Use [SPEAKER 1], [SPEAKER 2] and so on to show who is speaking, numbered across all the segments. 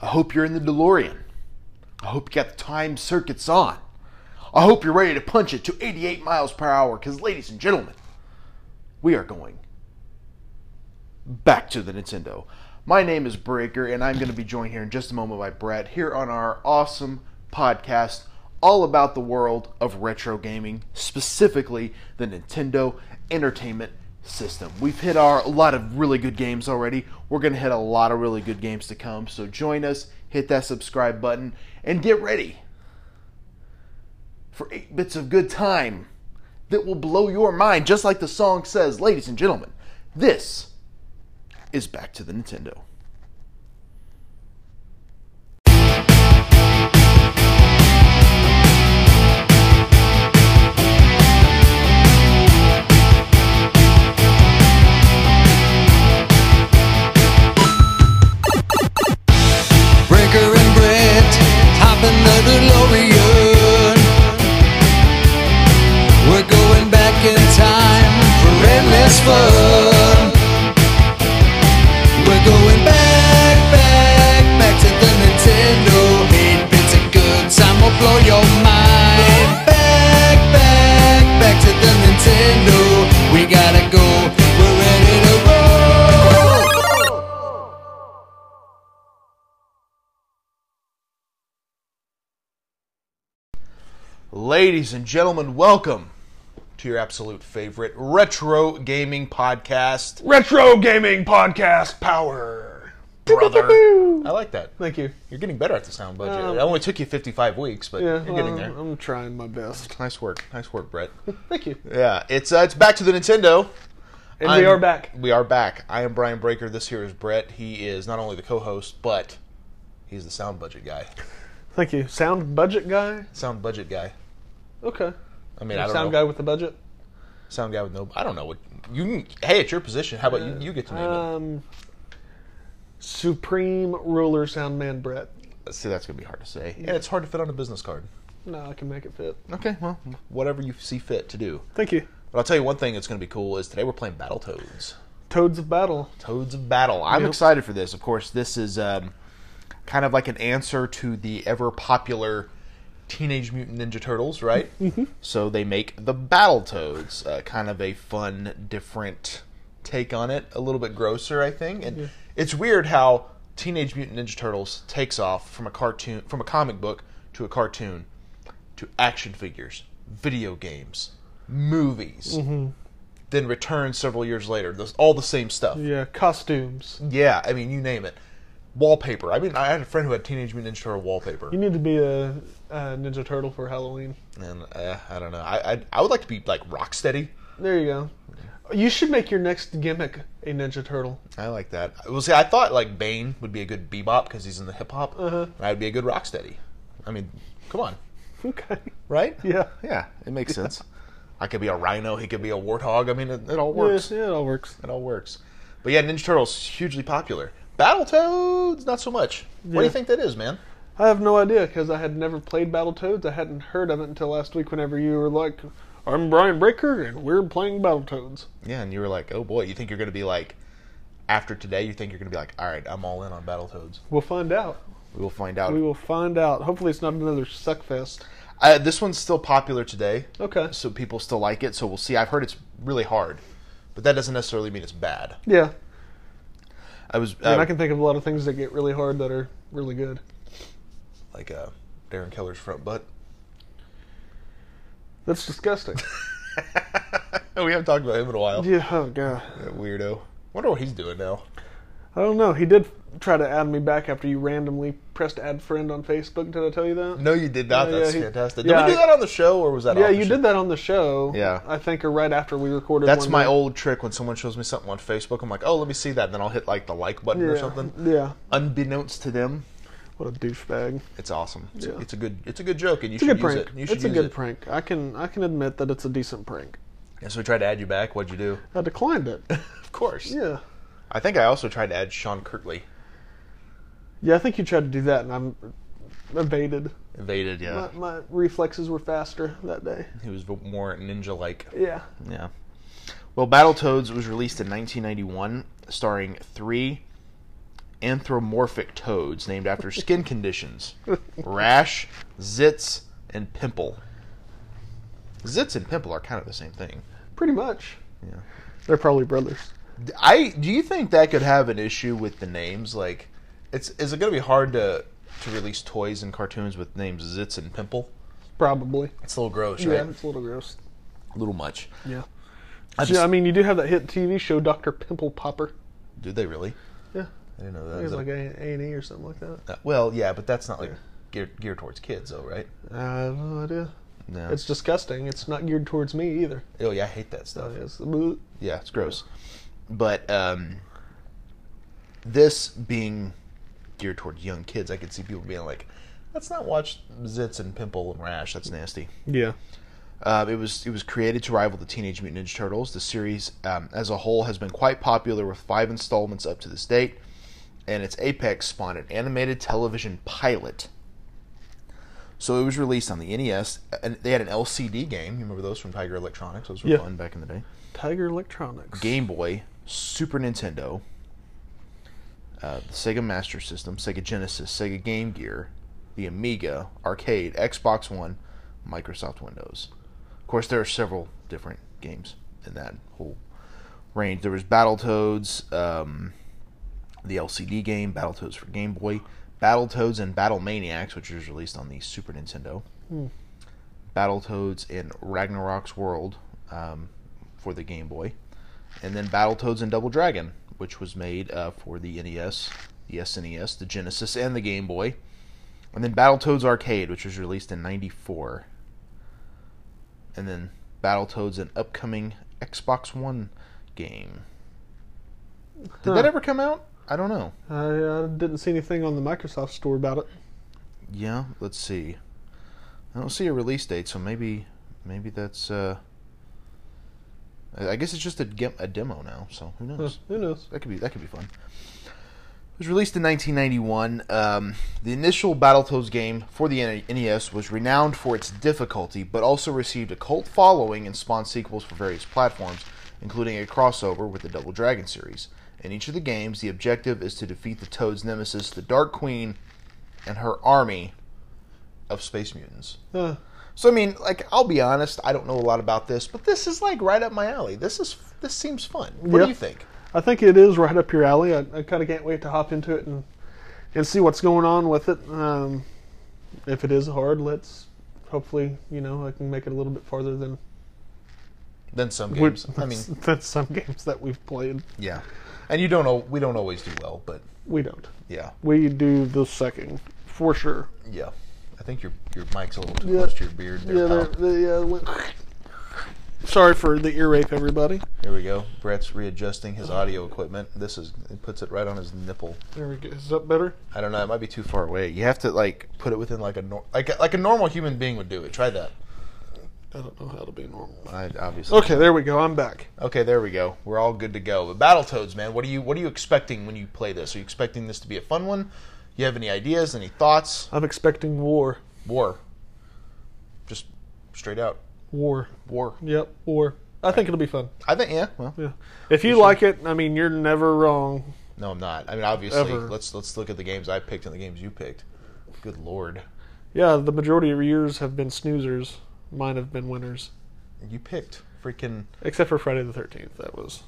[SPEAKER 1] I hope you're in the DeLorean. I hope you got the time circuits on. I hope you're ready to punch it to 88 miles per hour because, ladies and gentlemen, we are going back to the Nintendo. My name is Breaker, and I'm going to be joined here in just a moment by Brett here on our awesome podcast all about the world of retro gaming, specifically the Nintendo Entertainment System. We've hit our a lot of really good games already. We're going to hit a lot of really good games to come. So join us, hit that subscribe button, and get ready for eight bits of good time that will blow your mind, just like the song says, ladies and gentlemen. This is Back to the Nintendo.
[SPEAKER 2] Breaker and Brett hop in the DeLorean. We're going back in time for endless fun. We're going back, back, back to the Nintendo. Eight bits of good time will blow your mind. Back, back, back to the Nintendo. We gotta go. We're ready to roll.
[SPEAKER 1] Ladies and gentlemen, welcome to your absolute favorite retro gaming podcast.
[SPEAKER 3] Retro Gaming Podcast Power.
[SPEAKER 1] Brother. I like that.
[SPEAKER 3] Thank you.
[SPEAKER 1] You're getting better at the sound budget.
[SPEAKER 3] Um,
[SPEAKER 1] it only took you 55 weeks, but
[SPEAKER 3] Yeah,
[SPEAKER 1] you're getting
[SPEAKER 3] well,
[SPEAKER 1] there.
[SPEAKER 3] I'm trying my best.
[SPEAKER 1] Nice work. Nice work, Brett.
[SPEAKER 3] Thank you.
[SPEAKER 1] yeah, it's uh, it's back to the Nintendo.
[SPEAKER 3] And
[SPEAKER 1] I'm-
[SPEAKER 3] we are back.
[SPEAKER 1] We are back. I am Brian Breaker. This here is Brett. He is not only the co-host, but he's the sound budget guy.
[SPEAKER 3] Thank you. Sound budget guy?
[SPEAKER 1] Sound budget guy.
[SPEAKER 3] Okay.
[SPEAKER 1] I mean, I don't
[SPEAKER 3] Sound
[SPEAKER 1] know.
[SPEAKER 3] guy with the budget?
[SPEAKER 1] Sound guy with no. I don't know what you. can- Hey, it's your position. How about you? You get to name
[SPEAKER 3] Um, Supreme Ruler Sound Man Brett.
[SPEAKER 1] it. Uh, See, that's gonna be hard to say. Yeah, it's hard to fit on a business card.
[SPEAKER 3] No, I can make it fit.
[SPEAKER 1] Okay, well, whatever you see fit to do.
[SPEAKER 3] Thank you.
[SPEAKER 1] But I'll tell you one thing that's going to be cool is today we're playing Battletoads.
[SPEAKER 3] Toads of Battle.
[SPEAKER 1] Toads of Battle. I'm
[SPEAKER 3] Yep.
[SPEAKER 1] excited for this. Of course, this is um, kind of like an answer to the ever popular Teenage Mutant Ninja Turtles, right? mm-hmm. So they make the Battletoads, uh, kind of a fun, different take on it, a little bit grosser, I think. And it's weird how Teenage Mutant Ninja Turtles takes off from a cartoon, from a comic book to a cartoon to action figures, video games, movies. Then returns several years later. Those, all the same stuff.
[SPEAKER 3] Yeah, costumes.
[SPEAKER 1] Yeah, I mean, you name it. Wallpaper. I mean, I had a friend who had Teenage Mutant Ninja Turtle wallpaper,
[SPEAKER 3] You need to be a, a Ninja Turtle for Halloween.
[SPEAKER 1] and uh, I don't know. I, I I would like to be like Rocksteady.
[SPEAKER 3] There you go. You should make your next gimmick a Ninja Turtle.
[SPEAKER 1] I like that. Well, see, I thought like Bane would be a good bebop because he's in the hip hop,
[SPEAKER 3] Uh-huh.
[SPEAKER 1] and I'd be a good Rocksteady. I mean, come on,
[SPEAKER 3] Okay.
[SPEAKER 1] right?
[SPEAKER 3] Yeah.
[SPEAKER 1] yeah, it makes sense. I could be a rhino. He could be a warthog. I mean, it, it all works.
[SPEAKER 3] Yes, yeah, it all works.
[SPEAKER 1] It all works. But yeah, Ninja Turtles hugely popular. Battletoads, not so much. What do you
[SPEAKER 3] Yeah.
[SPEAKER 1] think that is, man?
[SPEAKER 3] I have no idea because I had never played Battletoads. I hadn't heard of it until last week whenever you were like, I'm Brian Breaker and we're playing Battletoads.
[SPEAKER 1] Yeah, and you were like, oh boy, you think you're going to be like, after today, you think you're going to be like, all right, I'm all in on Battletoads.
[SPEAKER 3] We'll find out.
[SPEAKER 1] We will find out.
[SPEAKER 3] We will find out. Hopefully, it's not another suckfest.
[SPEAKER 1] Uh, this one's still popular today,
[SPEAKER 3] Okay.
[SPEAKER 1] so people still like it, so we'll see. I've heard it's really hard, but that doesn't necessarily mean it's bad.
[SPEAKER 3] Yeah.
[SPEAKER 1] I was
[SPEAKER 3] I
[SPEAKER 1] uh,
[SPEAKER 3] mean, I can think of a lot of things that get really hard that are really good.
[SPEAKER 1] like uh, Darren Keller's front butt.
[SPEAKER 3] That's disgusting.
[SPEAKER 1] we haven't talked about him in a while.
[SPEAKER 3] yeah. Oh god.
[SPEAKER 1] That weirdo. Wonder what he's doing now.
[SPEAKER 3] I don't know. He did try to add me back after you randomly pressed add friend on Facebook. Did I tell you that?
[SPEAKER 1] No, you did not.
[SPEAKER 3] Yeah,
[SPEAKER 1] That's
[SPEAKER 3] yeah, he-
[SPEAKER 1] fantastic.
[SPEAKER 3] yeah,
[SPEAKER 1] did we do
[SPEAKER 3] I-
[SPEAKER 1] that on the show, or was that?
[SPEAKER 3] Yeah,
[SPEAKER 1] off the
[SPEAKER 3] you
[SPEAKER 1] show?
[SPEAKER 3] did that on the show.
[SPEAKER 1] Yeah.
[SPEAKER 3] I think, or right after we recorded.
[SPEAKER 1] That's
[SPEAKER 3] one
[SPEAKER 1] my
[SPEAKER 3] night.
[SPEAKER 1] old trick when someone shows me something on Facebook. I'm like, oh, let me see that, and then I'll hit like the like button
[SPEAKER 3] yeah.
[SPEAKER 1] or something.
[SPEAKER 3] Yeah.
[SPEAKER 1] Unbeknownst to them,
[SPEAKER 3] What a douchebag.
[SPEAKER 1] It's awesome. It's,
[SPEAKER 3] Yeah.
[SPEAKER 1] it's a good. It's a good joke, and you
[SPEAKER 3] It's a
[SPEAKER 1] should
[SPEAKER 3] good
[SPEAKER 1] use
[SPEAKER 3] prank.
[SPEAKER 1] it. You should
[SPEAKER 3] it's a
[SPEAKER 1] use
[SPEAKER 3] good
[SPEAKER 1] it.
[SPEAKER 3] prank. I can I can admit that it's a decent prank.
[SPEAKER 1] And so we tried to add you back. What'd you do?
[SPEAKER 3] I declined it.
[SPEAKER 1] Of course.
[SPEAKER 3] yeah.
[SPEAKER 1] I think I also tried to add Sean Kirtley.
[SPEAKER 3] Yeah, I think you tried to do that and I'm evaded.
[SPEAKER 1] Evaded. Yeah.
[SPEAKER 3] My, my reflexes were faster that day.
[SPEAKER 1] He was more ninja-like.
[SPEAKER 3] Yeah.
[SPEAKER 1] Yeah. Well, Battletoads was released in 1991, starring three anthropomorphic toads named after skin conditions rash, zits, and pimple. Zits and pimple are kind of the same thing.
[SPEAKER 3] Pretty much.
[SPEAKER 1] Yeah.
[SPEAKER 3] They're probably brothers.
[SPEAKER 1] I do you think that could have an issue with the names? Like, it's is it going to be hard to to release toys and cartoons with names zits and pimple?
[SPEAKER 3] Probably.
[SPEAKER 1] It's a little gross,
[SPEAKER 3] Yeah,
[SPEAKER 1] right?
[SPEAKER 3] it's a little gross.
[SPEAKER 1] A little much.
[SPEAKER 3] Yeah.
[SPEAKER 1] I
[SPEAKER 3] yeah, I
[SPEAKER 1] just-
[SPEAKER 3] mean, you do have that hit TV show, Doctor Pimple Popper.
[SPEAKER 1] do they really?
[SPEAKER 3] Yeah,
[SPEAKER 1] I didn't know
[SPEAKER 3] I
[SPEAKER 1] that.
[SPEAKER 3] think
[SPEAKER 1] Is
[SPEAKER 3] it's
[SPEAKER 1] it-
[SPEAKER 3] like A and E or something like that.
[SPEAKER 1] uh, well, yeah, but that's not like
[SPEAKER 3] Yeah.
[SPEAKER 1] geared, geared towards kids, though, right?
[SPEAKER 3] I have no idea.
[SPEAKER 1] No.
[SPEAKER 3] It's disgusting. It's not geared towards me either.
[SPEAKER 1] oh yeah, I hate that stuff.
[SPEAKER 3] It's bleh.
[SPEAKER 1] Yeah, it's gross. But um, this being geared toward young kids, I could see people being like, "Let's not watch zits and pimple and rash. That's nasty."
[SPEAKER 3] Yeah.
[SPEAKER 1] Um, it was it was created to rival the Teenage Mutant Ninja Turtles. The series um, as a whole has been quite popular with five installments up to this date, and its apex spawned an animated television pilot. So it was released on the NES, and they had an LCD game. You remember those from Tiger Electronics? Those were
[SPEAKER 3] Yeah.
[SPEAKER 1] fun back in the day.
[SPEAKER 3] Tiger Electronics.
[SPEAKER 1] Game Boy, Super Nintendo, uh, the Sega Master System, Sega Genesis, Sega Game Gear, the Amiga, Arcade, Xbox One, Microsoft Windows. Of course, there are several different games in that whole range. There was Battletoads, um, the LCD game, Battletoads for Game Boy, Battletoads and Battle Maniacs, which was released on the Super Nintendo. Battletoads and Ragnarok's World um, for the Game Boy, and then Battletoads and Double Dragon, which was made uh, for the NES, the SNES, the Genesis, and the Game Boy, and then Battletoads Arcade, which was released in '94, and then Battletoads, an upcoming Xbox One game. Did that
[SPEAKER 3] Huh.
[SPEAKER 1] ever come out? I don't know.
[SPEAKER 3] I uh, didn't see anything on the Microsoft store about it.
[SPEAKER 1] Yeah, let's see. I don't see a release date, so maybe maybe that's uh I I guess it's just a, gem- a demo now, so who
[SPEAKER 3] Huh,
[SPEAKER 1] knows.
[SPEAKER 3] who knows?
[SPEAKER 1] That could be that could be fun. It was released in 1991. Um, the initial Battletoads game for the N- NES was renowned for its difficulty, but also received a cult following and spawned sequels for various platforms, including a crossover with the Double Dragon series. In each of the games, the objective is to defeat the Toad's nemesis, the Dark Queen, and her army of space mutants.
[SPEAKER 3] Uh,
[SPEAKER 1] So I mean, like I'll be honest, I don't know a lot about this, but this is like right up my alley. This is this seems fun. What
[SPEAKER 3] Yeah.
[SPEAKER 1] do you think?
[SPEAKER 3] I think it is right up your alley. I, I kind of can't wait to hop into it and and see what's going on with it. Um, if it is hard, let's hopefully you know I can make it a little bit farther than
[SPEAKER 1] Than some games. I mean,
[SPEAKER 3] than some games that we've played.
[SPEAKER 1] Yeah, and you don't know. We don't always do well, but
[SPEAKER 3] We don't.
[SPEAKER 1] yeah,
[SPEAKER 3] We do the sucking for sure.
[SPEAKER 1] yeah. I think your your mic's a little too
[SPEAKER 3] Yeah.
[SPEAKER 1] close to your beard. There,
[SPEAKER 3] Yeah,
[SPEAKER 1] pal.
[SPEAKER 3] they're, they uh, went. Sorry for the ear rape, everybody.
[SPEAKER 1] Here we go. Brett's readjusting his audio equipment. This is it puts it right on his nipple.
[SPEAKER 3] There we go. Is that better?
[SPEAKER 1] I don't know. It might be too far away. You have to like put it within like a nor- like a, like a normal human being would do it. Try that.
[SPEAKER 3] I don't know how to be normal.
[SPEAKER 1] I obviously.
[SPEAKER 3] Okay, there we go. I'm back.
[SPEAKER 1] Okay, there we go. We're all good to go. But Battletoads, man, what are you what are you expecting when you play this? Are you expecting this to be a fun one? You have any ideas? Any thoughts?
[SPEAKER 3] I'm expecting war.
[SPEAKER 1] War. Just straight out
[SPEAKER 3] War.
[SPEAKER 1] war.
[SPEAKER 3] Yep, war. I think it'll be fun.
[SPEAKER 1] I think yeah. Well,
[SPEAKER 3] Yeah. If you like it, I mean, you're never wrong.
[SPEAKER 1] No, I'm not. I mean, obviously,
[SPEAKER 3] Ever.
[SPEAKER 1] let's let's look at the games I picked and the games you picked. Good lord,
[SPEAKER 3] Yeah, the majority of yours have been snoozers. Mine have been winners.
[SPEAKER 1] you picked freaking.
[SPEAKER 3] Except for Friday the 13th. That was.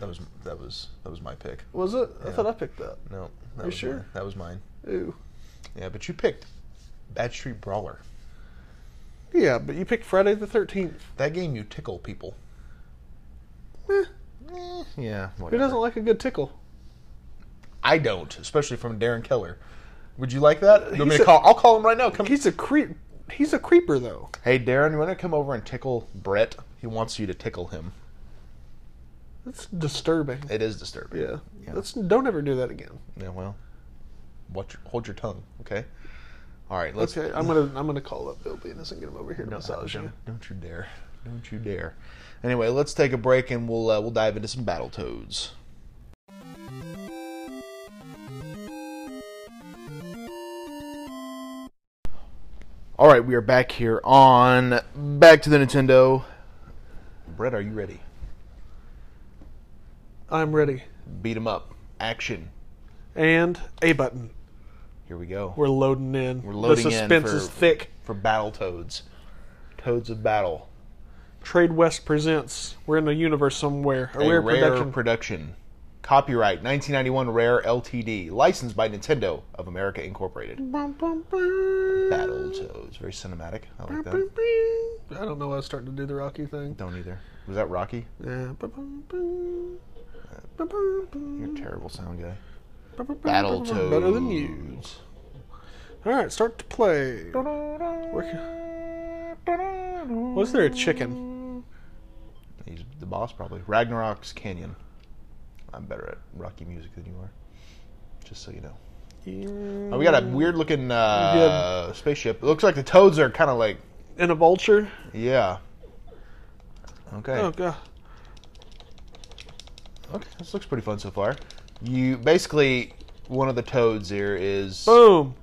[SPEAKER 1] That was that was that was my pick.
[SPEAKER 3] Was it? I
[SPEAKER 1] Yeah.
[SPEAKER 3] thought I picked that.
[SPEAKER 1] No, that
[SPEAKER 3] You
[SPEAKER 1] was
[SPEAKER 3] sure?
[SPEAKER 1] mine. that was mine.
[SPEAKER 3] Ooh.
[SPEAKER 1] Yeah, but you picked Bad Street Brawler.
[SPEAKER 3] Yeah, but you picked Friday the 13th.
[SPEAKER 1] That game you tickle people.
[SPEAKER 3] Eh,
[SPEAKER 1] Eh, yeah,
[SPEAKER 3] who
[SPEAKER 1] whatever.
[SPEAKER 3] doesn't like a good tickle?
[SPEAKER 1] I don't, especially from Darren Keller. Would you like that? You want me
[SPEAKER 3] He's
[SPEAKER 1] to
[SPEAKER 3] a-
[SPEAKER 1] call? I'll call him right now. Come.
[SPEAKER 3] He's a creep. He's a creeper, though.
[SPEAKER 1] Hey, Darren, you want to come over and tickle Brett? He wants you to tickle him.
[SPEAKER 3] That's disturbing.
[SPEAKER 1] It is disturbing.
[SPEAKER 3] Yeah.
[SPEAKER 1] Yeah.
[SPEAKER 3] Let's don't ever do that again.
[SPEAKER 1] Yeah, well, watch, hold your tongue, okay? All right, let's.
[SPEAKER 3] Okay, I'm gonna I'm gonna call up Bill Venus and get him over here to massage you.
[SPEAKER 1] don't, don't you dare! Don't you dare! Anyway, let's take a break and we'll uh, we'll dive into some battle toads. All right, we are back here on Back to the Nintendo. Brett, are you ready?
[SPEAKER 3] I'm ready.
[SPEAKER 1] Beat 'em up, action.
[SPEAKER 3] and A button.
[SPEAKER 1] Here we go.
[SPEAKER 3] We're loading in.
[SPEAKER 1] We're loading
[SPEAKER 3] The
[SPEAKER 1] in
[SPEAKER 3] suspense
[SPEAKER 1] for-
[SPEAKER 3] is thick.
[SPEAKER 1] for Battle Toads. Toads of Battle.
[SPEAKER 3] Trade West presents. We're in the universe somewhere.
[SPEAKER 1] A
[SPEAKER 3] A, rare,
[SPEAKER 1] rare,
[SPEAKER 3] production.
[SPEAKER 1] production. Copyright 1991 Rare LTD. Licensed by Nintendo of America Incorporated. Battle Toads. Very cinematic. I like that.
[SPEAKER 3] I don't know. why I was starting to do the Rocky thing.
[SPEAKER 1] Don't either. Was that Rocky?
[SPEAKER 3] Yeah.
[SPEAKER 1] You're a terrible sound guy.
[SPEAKER 3] Battle
[SPEAKER 1] Battletoads.
[SPEAKER 3] Better than you. All right, start to play. Where- Was there a chicken?
[SPEAKER 1] He's the boss, probably. Ragnarok's Canyon. I'm better at Rocky music than you are. Just so you know. Oh, we got a weird looking uh, spaceship. It looks like the toads are kind of like,
[SPEAKER 3] And a vulture?
[SPEAKER 1] yeah. Okay.
[SPEAKER 3] Oh god.
[SPEAKER 1] Okay, this looks pretty fun so far. You basically one of the toads here is
[SPEAKER 3] Boom!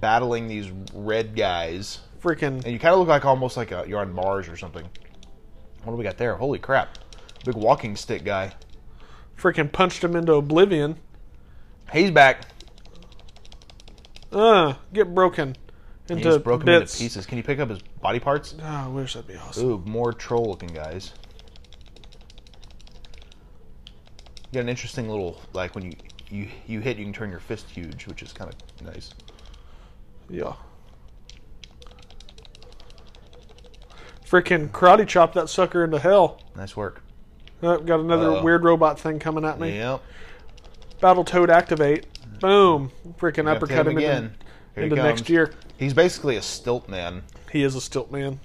[SPEAKER 1] battling these red guys,
[SPEAKER 3] Freaking
[SPEAKER 1] and you kind of look like almost like a, you're on Mars or something. What do we got there? Holy crap! Big walking stick guy.
[SPEAKER 3] freaking punched him into oblivion.
[SPEAKER 1] He's back.
[SPEAKER 3] Uh, get broken into
[SPEAKER 1] He's broken
[SPEAKER 3] bits.
[SPEAKER 1] into pieces. Can you pick up his body parts?
[SPEAKER 3] Oh, I wish that'd be awesome.
[SPEAKER 1] Ooh, more troll looking guys. You got an interesting little like when you you you hit, you can turn your fist huge, which is kind of nice.
[SPEAKER 3] Yeah. Freaking karate chop that sucker into hell.
[SPEAKER 1] Nice work.
[SPEAKER 3] Oh, got another
[SPEAKER 1] Uh-oh.
[SPEAKER 3] weird robot thing coming at me.
[SPEAKER 1] Yep.
[SPEAKER 3] Battle Toad activate. Boom! Freaking
[SPEAKER 1] Up to
[SPEAKER 3] uppercut
[SPEAKER 1] him
[SPEAKER 3] him,
[SPEAKER 1] again. Here he
[SPEAKER 3] into, into next
[SPEAKER 1] comes.
[SPEAKER 3] year.
[SPEAKER 1] He's basically a stilt man.
[SPEAKER 3] He is a stilt man.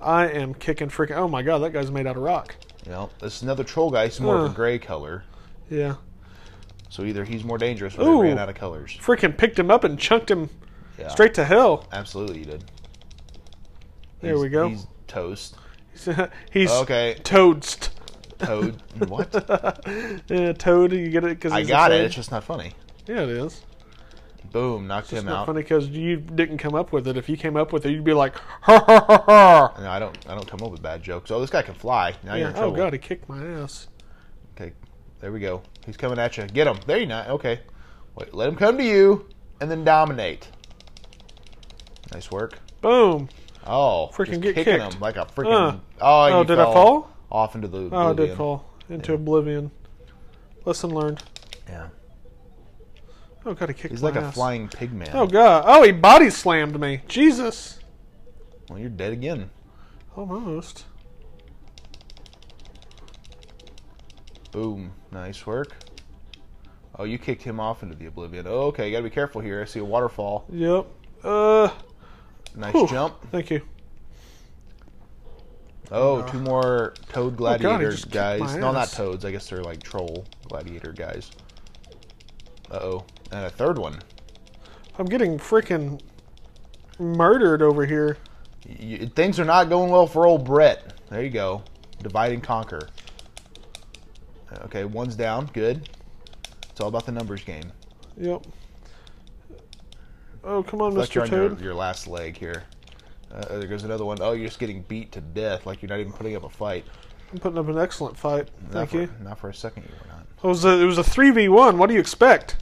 [SPEAKER 3] I am kicking freaking. Oh my god, that guy's made out of rock.
[SPEAKER 1] You know, this is another troll guy. He's more of
[SPEAKER 3] Huh.
[SPEAKER 1] a gray color.
[SPEAKER 3] Yeah.
[SPEAKER 1] So either he's more dangerous or they
[SPEAKER 3] Ooh.
[SPEAKER 1] ran out of colors.
[SPEAKER 3] Freaking picked him up and chunked him
[SPEAKER 1] Yeah,
[SPEAKER 3] straight to hell.
[SPEAKER 1] Absolutely, you did.
[SPEAKER 3] There
[SPEAKER 1] He's-
[SPEAKER 3] we go.
[SPEAKER 1] He's toast.
[SPEAKER 3] He's
[SPEAKER 1] Okay,
[SPEAKER 3] toadst.
[SPEAKER 1] toad. what?
[SPEAKER 3] Yeah, toad. You get it because
[SPEAKER 1] I got it. It's just not funny.
[SPEAKER 3] Yeah, it is.
[SPEAKER 1] Boom! Knocked him
[SPEAKER 3] Not
[SPEAKER 1] out.
[SPEAKER 3] funny because you didn't come up with it. If you came up with it, you'd be like, ha ha ha ha.
[SPEAKER 1] No, I don't. I don't come up with bad jokes. Oh, this guy can fly. Now you're
[SPEAKER 3] Yeah.
[SPEAKER 1] in
[SPEAKER 3] Oh
[SPEAKER 1] trouble.
[SPEAKER 3] god, he kicked my ass.
[SPEAKER 1] Okay, there we go. He's coming at you. Get him. There you not. Okay. Wait. Let him come to you, and then dominate. Nice work.
[SPEAKER 3] Boom.
[SPEAKER 1] Oh,
[SPEAKER 3] Freaking
[SPEAKER 1] just
[SPEAKER 3] get
[SPEAKER 1] kicking
[SPEAKER 3] kicked.
[SPEAKER 1] him like a freaking.
[SPEAKER 3] Uh.
[SPEAKER 1] Oh, and
[SPEAKER 3] Oh,
[SPEAKER 1] you
[SPEAKER 3] did I
[SPEAKER 1] fell
[SPEAKER 3] fall?
[SPEAKER 1] Off into the.
[SPEAKER 3] Oh, I did
[SPEAKER 1] oblivion.
[SPEAKER 3] fall into oblivion. Lesson learned.
[SPEAKER 1] Yeah,
[SPEAKER 3] Oh god, he kicked
[SPEAKER 1] he's
[SPEAKER 3] my
[SPEAKER 1] like a
[SPEAKER 3] ass.
[SPEAKER 1] flying pig man.
[SPEAKER 3] Oh god. Oh, he body slammed me. Jesus.
[SPEAKER 1] Well, you're dead again.
[SPEAKER 3] Almost.
[SPEAKER 1] Boom. Nice work. Oh, you kicked him off into the oblivion. Oh, okay, gotta be careful here. I see a waterfall.
[SPEAKER 3] Yep. Uh.
[SPEAKER 1] Nice
[SPEAKER 3] whew.
[SPEAKER 1] jump.
[SPEAKER 3] Thank you.
[SPEAKER 1] Oh, two more toad gladiator
[SPEAKER 3] Oh, just kicked
[SPEAKER 1] guys.
[SPEAKER 3] my
[SPEAKER 1] No, not
[SPEAKER 3] ass.
[SPEAKER 1] toads. I guess they're like troll gladiator guys. Uh oh, and a third one.
[SPEAKER 3] I'm getting freaking murdered over here.
[SPEAKER 1] You, things are not going well for old Brett. There you go. Divide and conquer. Okay, one's down. Good. It's all about the numbers game.
[SPEAKER 3] Yep. Oh come on,
[SPEAKER 1] Like you're
[SPEAKER 3] Mr.
[SPEAKER 1] on your,
[SPEAKER 3] Toad.
[SPEAKER 1] your last leg here. Uh, there goes another one. Oh, you're just getting beat to death. Like you're not even putting up a fight.
[SPEAKER 3] I'm putting up an excellent fight.
[SPEAKER 1] not
[SPEAKER 3] Thank
[SPEAKER 1] for,
[SPEAKER 3] you.
[SPEAKER 1] Not for a second you were not.
[SPEAKER 3] It was a, it was a three v one. What do you expect?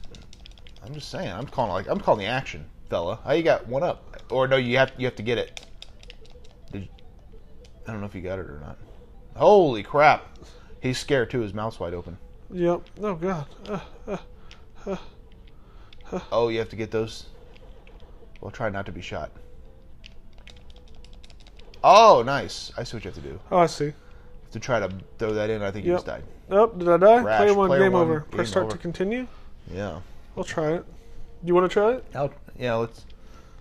[SPEAKER 1] I'm just saying. I'm calling like I'm calling the action, fella. How you got one up? Or no, you have you have to get it. Did, I don't know if you got it or not. Holy crap! He's scared too. His mouth's wide open.
[SPEAKER 3] Yep. Oh god. Uh,
[SPEAKER 1] Oh, you have to get those. Well, try not to be shot. Oh, nice. I see what you have to do. You
[SPEAKER 3] oh, I see.
[SPEAKER 1] have to try to throw that in. I think you
[SPEAKER 3] Yep.
[SPEAKER 1] just died.
[SPEAKER 3] Oh, did I die?
[SPEAKER 1] Rash.
[SPEAKER 3] Play one
[SPEAKER 1] Player
[SPEAKER 3] game
[SPEAKER 1] one,
[SPEAKER 3] over.
[SPEAKER 1] game
[SPEAKER 3] Press start
[SPEAKER 1] over.
[SPEAKER 3] to continue.
[SPEAKER 1] Yeah.
[SPEAKER 3] I'll try it. You want to try it?
[SPEAKER 1] Out. Yeah. Let's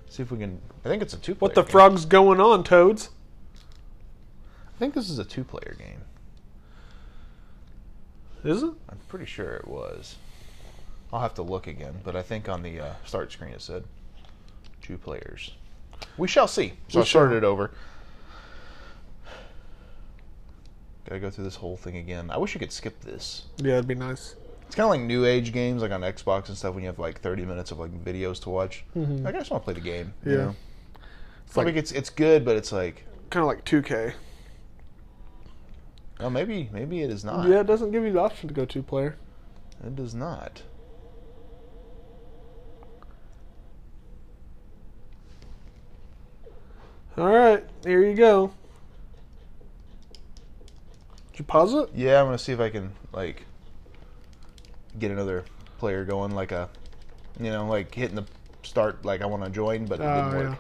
[SPEAKER 1] see if we can. I think it's a two.
[SPEAKER 3] What the frog's going on, Toads?
[SPEAKER 1] I think this is a two-player game.
[SPEAKER 3] Is it?
[SPEAKER 1] I'm pretty sure it was. I'll have to look again, but I think on the uh, start screen it said two players. We shall see. So
[SPEAKER 3] We
[SPEAKER 1] I started
[SPEAKER 3] shall.
[SPEAKER 1] it over. Gotta go through this whole thing again. I wish you could skip this.
[SPEAKER 3] Yeah, it'd be nice.
[SPEAKER 1] It's kind of like new age games, like on Xbox and stuff, when you have like 30 minutes of like videos to watch. Like I just want to play the game. you
[SPEAKER 3] Mm-hmm. Yeah.
[SPEAKER 1] know? It's
[SPEAKER 3] like-
[SPEAKER 1] like it's it's good, but it's like
[SPEAKER 3] Kind of like 2K.
[SPEAKER 1] oh maybe maybe it is not.
[SPEAKER 3] Yeah, it doesn't give you the option to go two player.
[SPEAKER 1] It does not.
[SPEAKER 3] All right, here you go. Did you pause it?
[SPEAKER 1] Yeah, I'm gonna see if I can like get another player going, like a you know, like hitting the start, like I want to join, but it didn't
[SPEAKER 3] Oh,
[SPEAKER 1] work.
[SPEAKER 3] yeah.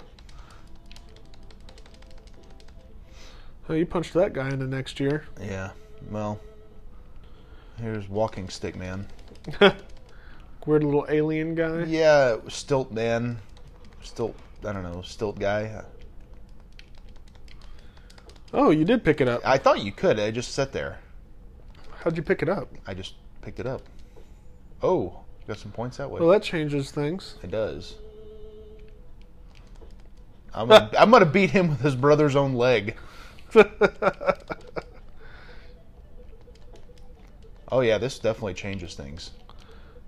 [SPEAKER 3] Oh, you punched that guy in the next year.
[SPEAKER 1] Yeah. Well, here's Walking Stick Man.
[SPEAKER 3] Weird little alien guy.
[SPEAKER 1] Yeah, Stilt Man. Stilt. I don't know, Stilt guy.
[SPEAKER 3] Oh, you did pick it up.
[SPEAKER 1] I thought you could. I just sat there.
[SPEAKER 3] How'd you pick it up?
[SPEAKER 1] I just picked it up. Oh, got some points that way.
[SPEAKER 3] Well, that changes things.
[SPEAKER 1] it does. I'm gonna, I'm gonna beat him with his brother's own leg. Oh yeah, this definitely changes things.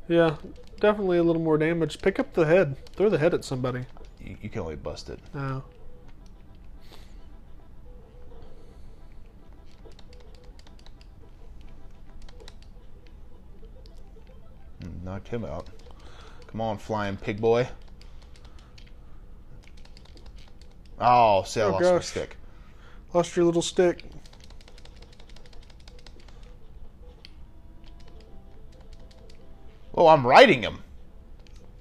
[SPEAKER 3] yeah, definitely a little more damage. Pick up the head. Throw the head at somebody.
[SPEAKER 1] You, you can only bust it.
[SPEAKER 3] No.
[SPEAKER 1] Knocked him out. Come on, flying pig boy. Oh, see, I
[SPEAKER 3] Oh,
[SPEAKER 1] lost my
[SPEAKER 3] gosh.
[SPEAKER 1] stick.
[SPEAKER 3] Lost your little stick.
[SPEAKER 1] Oh, I'm riding him.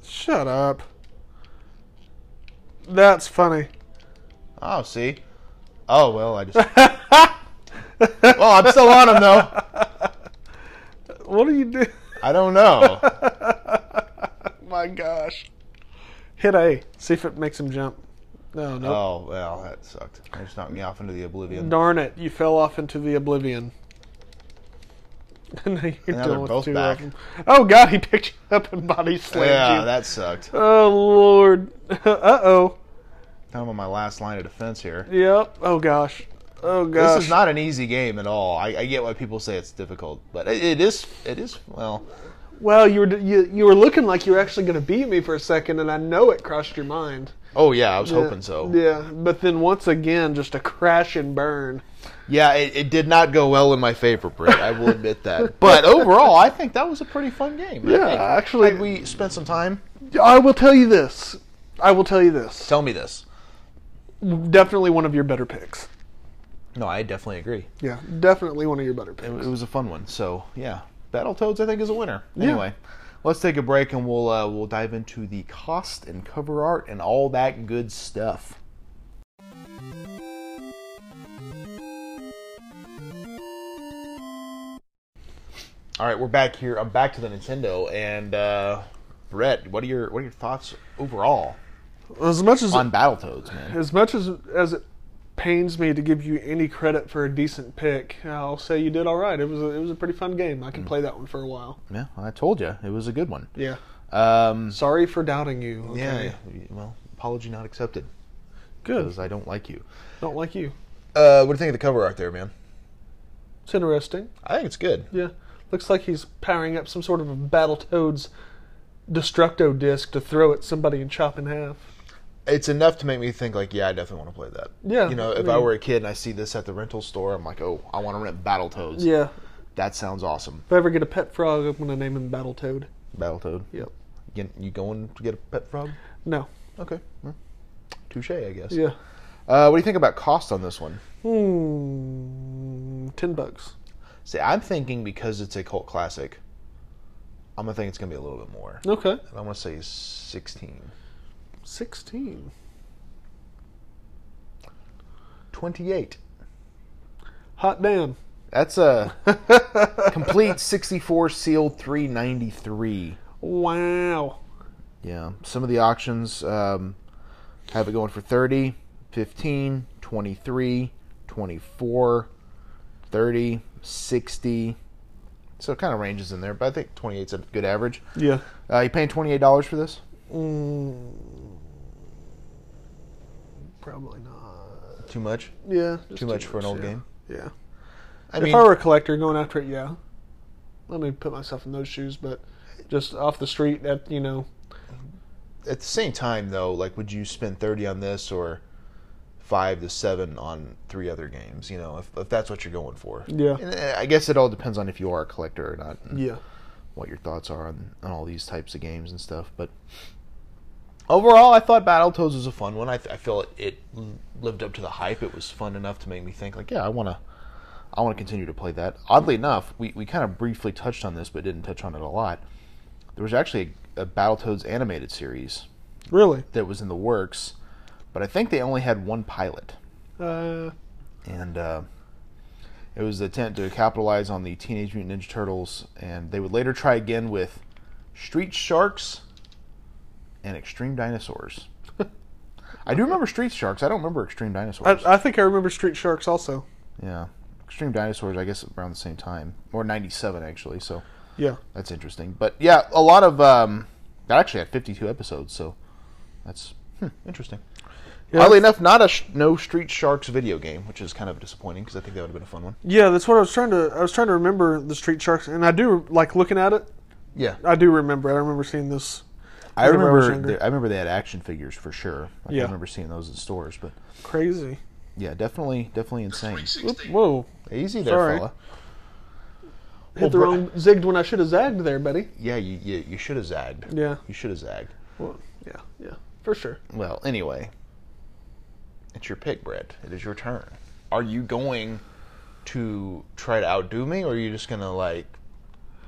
[SPEAKER 3] Shut up. That's funny.
[SPEAKER 1] Oh, see. Oh well, I just. well, I'm still on him though.
[SPEAKER 3] What do you do?
[SPEAKER 1] I don't know.
[SPEAKER 3] My gosh. Hit A. See if it makes him jump. No, no.
[SPEAKER 1] Oh well, that sucked. It just knocked me off into the oblivion.
[SPEAKER 3] Darn it, you fell off into the oblivion. And now you're
[SPEAKER 1] they're
[SPEAKER 3] dealing with
[SPEAKER 1] both
[SPEAKER 3] two
[SPEAKER 1] back.
[SPEAKER 3] of them. Oh god, he picked you up and body slammed
[SPEAKER 1] yeah,
[SPEAKER 3] you.
[SPEAKER 1] that sucked.
[SPEAKER 3] oh lord. uh oh.
[SPEAKER 1] I'm on my last line of defense here.
[SPEAKER 3] Yep. Oh gosh. Oh gosh.
[SPEAKER 1] This is not an easy game at all. I, I get why people say it's difficult, but it, it is. It is. Well,
[SPEAKER 3] well, you were you, you were looking like you were actually going to beat me for a second, and I know it crossed your mind.
[SPEAKER 1] oh yeah, I was
[SPEAKER 3] Yeah,
[SPEAKER 1] hoping so.
[SPEAKER 3] Yeah, but then once again, just a crash and burn.
[SPEAKER 1] Yeah, it, it did not go well in my favor, Britt. I will admit that. But overall, I think that was a pretty fun game. I
[SPEAKER 3] Yeah,
[SPEAKER 1] think.
[SPEAKER 3] actually-
[SPEAKER 1] Had we spent some time.
[SPEAKER 3] I will tell you this. I will tell you this.
[SPEAKER 1] Tell me this.
[SPEAKER 3] Definitely one of your better picks.
[SPEAKER 1] No, I definitely agree.
[SPEAKER 3] Yeah, definitely one of your better picks.
[SPEAKER 1] It, it was a fun one. So yeah, Battletoads I think is a winner.
[SPEAKER 3] Yeah.
[SPEAKER 1] Anyway, let's take a break and we'll uh, we'll dive into the cost and cover art and all that good stuff. All right, we're back here. I'm back to the Nintendo and uh, Brett. What are your what are your thoughts overall
[SPEAKER 3] As much as
[SPEAKER 1] on Battletoads, man?
[SPEAKER 3] as much as as it pains me to give you any credit for a decent pick, I'll say you did all right. It was a, it was a pretty fun game. I
[SPEAKER 1] Mm.
[SPEAKER 3] could play that one for a while.
[SPEAKER 1] Yeah, I told you it was a good one.
[SPEAKER 3] Yeah.
[SPEAKER 1] Um,
[SPEAKER 3] Sorry for doubting you.
[SPEAKER 1] yeah,
[SPEAKER 3] Okay.
[SPEAKER 1] well, apology not accepted
[SPEAKER 3] Good.
[SPEAKER 1] because I don't like you.
[SPEAKER 3] Don't like you.
[SPEAKER 1] Uh, what do you think of the cover art there, man?
[SPEAKER 3] It's interesting.
[SPEAKER 1] I think it's good.
[SPEAKER 3] Yeah. Looks like he's powering up some sort of a Battletoads destructo disc to throw at somebody and chop in half.
[SPEAKER 1] It's enough to make me think like, yeah, I definitely want to play that.
[SPEAKER 3] Yeah,
[SPEAKER 1] You know, if
[SPEAKER 3] I
[SPEAKER 1] I
[SPEAKER 3] mean-
[SPEAKER 1] were a kid and I see this at the rental store, I'm like, oh, I want to rent Battletoads.
[SPEAKER 3] Yeah.
[SPEAKER 1] That sounds awesome.
[SPEAKER 3] If I ever get a pet frog, I'm gonna name him Battletoad.
[SPEAKER 1] Battletoad.
[SPEAKER 3] Yep.
[SPEAKER 1] You, you going to get a pet frog?
[SPEAKER 3] No.
[SPEAKER 1] Okay. Well, touche, I guess.
[SPEAKER 3] Yeah.
[SPEAKER 1] Uh, what do you think about cost on this one?
[SPEAKER 3] Hmm. Ten bucks.
[SPEAKER 1] See, I'm thinking because it's a cult classic, I'm gonna think it's gonna be a little bit more.
[SPEAKER 3] Okay.
[SPEAKER 1] And I'm gonna say 16,
[SPEAKER 3] Sixteen.
[SPEAKER 1] 28.
[SPEAKER 3] Hot damn.
[SPEAKER 1] That's a complete 64 sealed 393.
[SPEAKER 3] Wow.
[SPEAKER 1] Yeah, some of the auctions um, have it going for 30, 15, 23, 24, 30, 60. So it kind of ranges in there, but I think 28 is a good average.
[SPEAKER 3] Yeah.
[SPEAKER 1] Uh, you paying $28 for this?
[SPEAKER 3] Hmm. Probably not.
[SPEAKER 1] Too much.
[SPEAKER 3] Yeah. just
[SPEAKER 1] Too much for an old
[SPEAKER 3] yeah.
[SPEAKER 1] game?
[SPEAKER 3] Yeah.
[SPEAKER 1] I
[SPEAKER 3] if
[SPEAKER 1] mean,
[SPEAKER 3] I were a collector going after it, yeah. Let me put myself in those shoes, but just off the street at you know
[SPEAKER 1] at the same time though, like would you spend 30 on this or 5 to 7 on three other games, you know, if, if that's what you're going for?
[SPEAKER 3] Yeah.
[SPEAKER 1] And uh, I guess it all depends on if you are a collector or not. and-
[SPEAKER 3] Yeah.
[SPEAKER 1] what your thoughts are on, on all these types of games and stuff. But Overall, I thought Battletoads was a fun one. I, th- I feel it, it l- lived up to the hype. It was fun enough to make me think, like, yeah, I want to, I want to continue to play that. Oddly enough, we, we kind of briefly touched on this, but didn't touch on it a lot. There was actually a, a Battletoads animated series
[SPEAKER 3] Really?
[SPEAKER 1] that was in the works, but I think they only had one pilot,
[SPEAKER 3] Uh,
[SPEAKER 1] and uh, it was the attempt to capitalize on the Teenage Mutant Ninja Turtles, and they would later try again with Street Sharks and Extreme Dinosaurs. I do remember Street Sharks. I don't remember Extreme
[SPEAKER 3] I,
[SPEAKER 1] Dinosaurs.
[SPEAKER 3] I think I remember Street Sharks also.
[SPEAKER 1] yeah, Extreme Dinosaurs. I guess around the same time, or '97 actually. So
[SPEAKER 3] Yeah.
[SPEAKER 1] that's interesting. But yeah, a lot of um, that actually had 52 episodes. So that's hmm, interesting.
[SPEAKER 3] Yeah,
[SPEAKER 1] Oddly
[SPEAKER 3] that's-
[SPEAKER 1] enough, not a sh- no Street Sharks video game, which is kind of disappointing because I think that would have been a fun one.
[SPEAKER 3] Yeah, that's what I was trying to. I was trying to remember the Street Sharks, and I do like looking at it.
[SPEAKER 1] Yeah,
[SPEAKER 3] I do remember. I remember seeing this.
[SPEAKER 1] I
[SPEAKER 3] whenever I was
[SPEAKER 1] remember.
[SPEAKER 3] younger.
[SPEAKER 1] the- I remember they had action figures for sure. Like,
[SPEAKER 3] Yeah.
[SPEAKER 1] I remember seeing those in stores, but
[SPEAKER 3] Crazy.
[SPEAKER 1] yeah, definitely, definitely insane.
[SPEAKER 3] Oop, whoa!
[SPEAKER 1] Easy there,
[SPEAKER 3] Sorry.
[SPEAKER 1] fella.
[SPEAKER 3] Hit
[SPEAKER 1] Well,
[SPEAKER 3] the
[SPEAKER 1] bro-
[SPEAKER 3] wrong zigged when I should have zagged there, buddy.
[SPEAKER 1] Yeah, you you, you should have zagged.
[SPEAKER 3] Yeah.
[SPEAKER 1] you should have zagged.
[SPEAKER 3] Well, yeah, yeah, for sure.
[SPEAKER 1] Well, anyway, it's your pick, Brett. It is your turn. Are you going to try to outdo me, or are you just gonna like,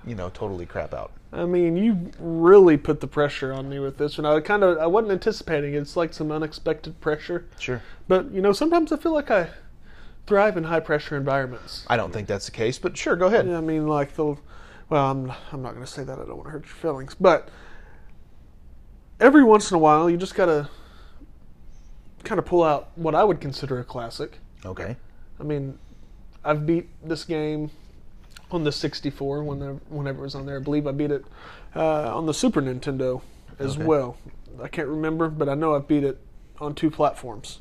[SPEAKER 1] you know, totally crap out?
[SPEAKER 3] I mean, you really put the pressure on me with this one. I kind of I wasn't anticipating. it. It's like some unexpected pressure.
[SPEAKER 1] Sure.
[SPEAKER 3] But you know, sometimes I feel like I thrive in high pressure environments.
[SPEAKER 1] I don't think that's the case, but sure, go ahead.
[SPEAKER 3] I mean, like the well, I'm I'm not gonna say that. I don't want to hurt your feelings, but every once in a while, you just gotta kind of pull out what I would consider a classic.
[SPEAKER 1] Okay.
[SPEAKER 3] I mean, I've beat this game on the 64 when the, whenever it was on there. I believe I beat it uh, on the Super Nintendo as
[SPEAKER 1] Okay.
[SPEAKER 3] well. I can't remember, but I know I've beat it on two platforms.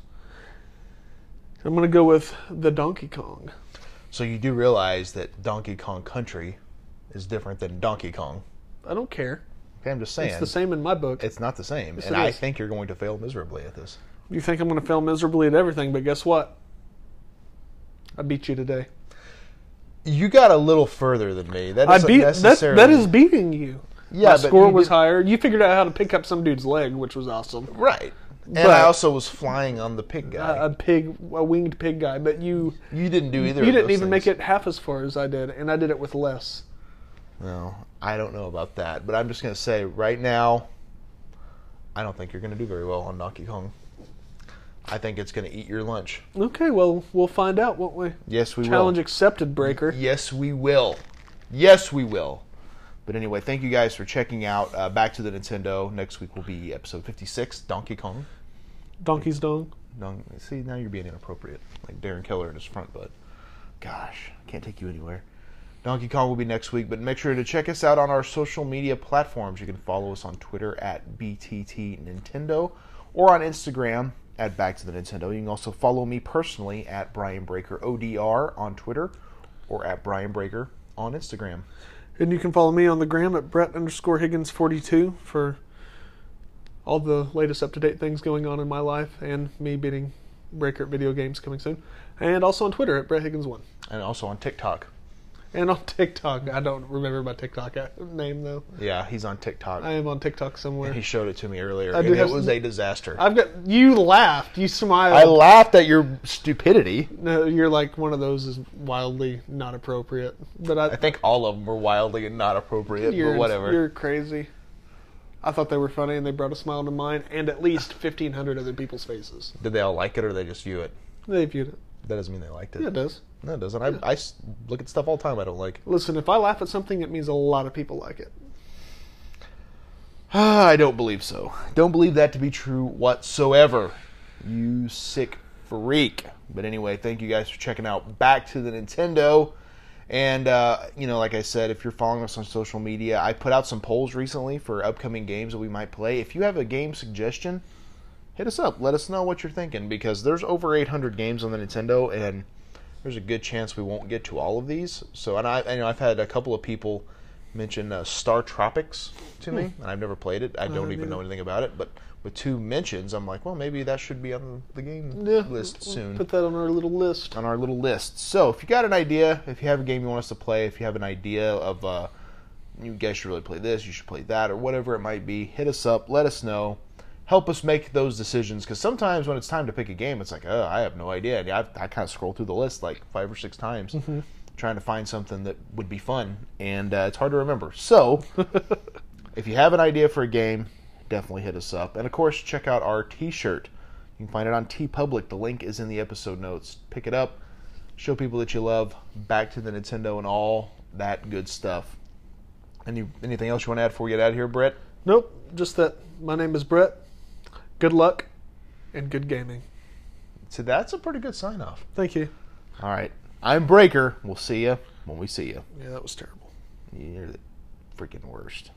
[SPEAKER 3] I'm going to go with the Donkey Kong.
[SPEAKER 1] So you do realize that Donkey Kong Country is different than Donkey Kong.
[SPEAKER 3] I don't care.
[SPEAKER 1] Okay, I'm just saying.
[SPEAKER 3] It's the same in my book.
[SPEAKER 1] It's not the same,
[SPEAKER 3] Yes,
[SPEAKER 1] and
[SPEAKER 3] it
[SPEAKER 1] I
[SPEAKER 3] is.
[SPEAKER 1] think you're going to fail miserably at this.
[SPEAKER 3] You think I'm going to fail miserably at everything, but guess what? I beat you today.
[SPEAKER 1] You got a little further than me. That
[SPEAKER 3] I
[SPEAKER 1] is
[SPEAKER 3] beat that,
[SPEAKER 1] necessarily.
[SPEAKER 3] that is beating you.
[SPEAKER 1] Yeah,
[SPEAKER 3] My
[SPEAKER 1] but
[SPEAKER 3] score
[SPEAKER 1] you
[SPEAKER 3] was
[SPEAKER 1] did-
[SPEAKER 3] higher. You figured out how to pick up some dude's leg, which was awesome.
[SPEAKER 1] right. And
[SPEAKER 3] But-
[SPEAKER 1] I also was flying on the pig guy.
[SPEAKER 3] a, a pig, a winged pig guy. But you,
[SPEAKER 1] you didn't do either.
[SPEAKER 3] you
[SPEAKER 1] of
[SPEAKER 3] didn't
[SPEAKER 1] those
[SPEAKER 3] even
[SPEAKER 1] things.
[SPEAKER 3] make it half as far as I did, and I did it with less.
[SPEAKER 1] No, I don't know about that, but I'm just going to say right now, I don't think you're going to do very well on Donkey Kong. I think it's going to eat your lunch.
[SPEAKER 3] Okay, well, we'll find out, won't we?
[SPEAKER 1] Yes, we
[SPEAKER 3] Challenge
[SPEAKER 1] will.
[SPEAKER 3] accepted, Breaker.
[SPEAKER 1] Yes, we will. Yes, we will. But anyway, thank you guys for checking out uh, Back to the Nintendo. Next week will be episode 56, Donkey Kong.
[SPEAKER 3] Donkey's dong.
[SPEAKER 1] Don- See, now you're being inappropriate. Like Darren Keller in his front butt. Gosh, can't take you anywhere. Donkey Kong will be next week, but make sure to check us out on our social media platforms. You can follow us on Twitter at BTT Nintendo or on Instagram at Back to the Nintendo. You can also follow me personally at Brian Breaker ODR on Twitter or at Brian Breaker on Instagram.
[SPEAKER 3] And you can follow me on the gram at Brett underscore Higgins forty two for all the latest up to date things going on in my life and me beating Breaker at video games coming soon. And also on Twitter at Brett Higgins one.
[SPEAKER 1] And also on TikTok.
[SPEAKER 3] And on TikTok. I don't remember my TikTok a- name though.
[SPEAKER 1] Yeah, he's on TikTok.
[SPEAKER 3] I am on TikTok somewhere.
[SPEAKER 1] he showed it to me earlier,
[SPEAKER 3] I do
[SPEAKER 1] and it
[SPEAKER 3] have-
[SPEAKER 1] was a disaster.
[SPEAKER 3] I've got you laughed. You smiled.
[SPEAKER 1] I laughed at your stupidity.
[SPEAKER 3] No, you're like one of those is wildly not appropriate. But I,
[SPEAKER 1] I think all of them were wildly and not appropriate,
[SPEAKER 3] you're
[SPEAKER 1] but whatever.
[SPEAKER 3] You're crazy. I thought they were funny, and they brought a smile to mine and at least fifteen hundred other people's faces.
[SPEAKER 1] Did they all like it or they just view it?
[SPEAKER 3] They viewed it.
[SPEAKER 1] That doesn't mean they liked it.
[SPEAKER 3] Yeah, it does.
[SPEAKER 1] No, it doesn't. I, I s- look at stuff all the time I don't like.
[SPEAKER 3] Listen, if I laugh at something, it means a lot of people like it.
[SPEAKER 1] I don't believe so. Don't believe that to be true whatsoever. You sick freak. But anyway, thank you guys for checking out Back to the Nintendo. And, uh, you know, like I said, if you're following us on social media, I put out some polls recently for upcoming games that we might play. If you have a game suggestion, hit us up. Let us know what you're thinking because there's over 800 games on the Nintendo, and there's a good chance we won't get to all of these. So, and I, I know I've had a couple of people mention uh, Star Tropics to me, and I've never played it. I don't even know anything about it. But with two mentions, I'm like, well, maybe that should be on the game
[SPEAKER 3] Yeah,
[SPEAKER 1] list
[SPEAKER 3] we'll
[SPEAKER 1] soon
[SPEAKER 3] Put that on our little list.
[SPEAKER 1] on our little list. So if you got an idea, if you have a game you want us to play, if you have an idea of uh, you guys should really play this, you should play that, or whatever it might be, hit us up. Let us know. help us make those decisions because sometimes when it's time to pick a game, it's like, oh, I have no idea. And I, I kind of scroll through the list like five or six times trying to find something that would be fun, and uh, it's hard to remember. So, if you have an idea for a game, definitely hit us up. And of course, check out our t shirt. You can find it on T Public. The link is in the episode notes. Pick it up, show people that you love, back to the Nintendo, and all that good stuff. Any, anything else you want to add before we get out of here, Brett?
[SPEAKER 3] Nope, just that. My name is Brett. Good luck and good gaming.
[SPEAKER 1] So that's a pretty good sign off.
[SPEAKER 3] Thank you.
[SPEAKER 1] All right. I'm Breaker. We'll see you when we see you.
[SPEAKER 3] Yeah, that was terrible.
[SPEAKER 1] You're the freaking worst.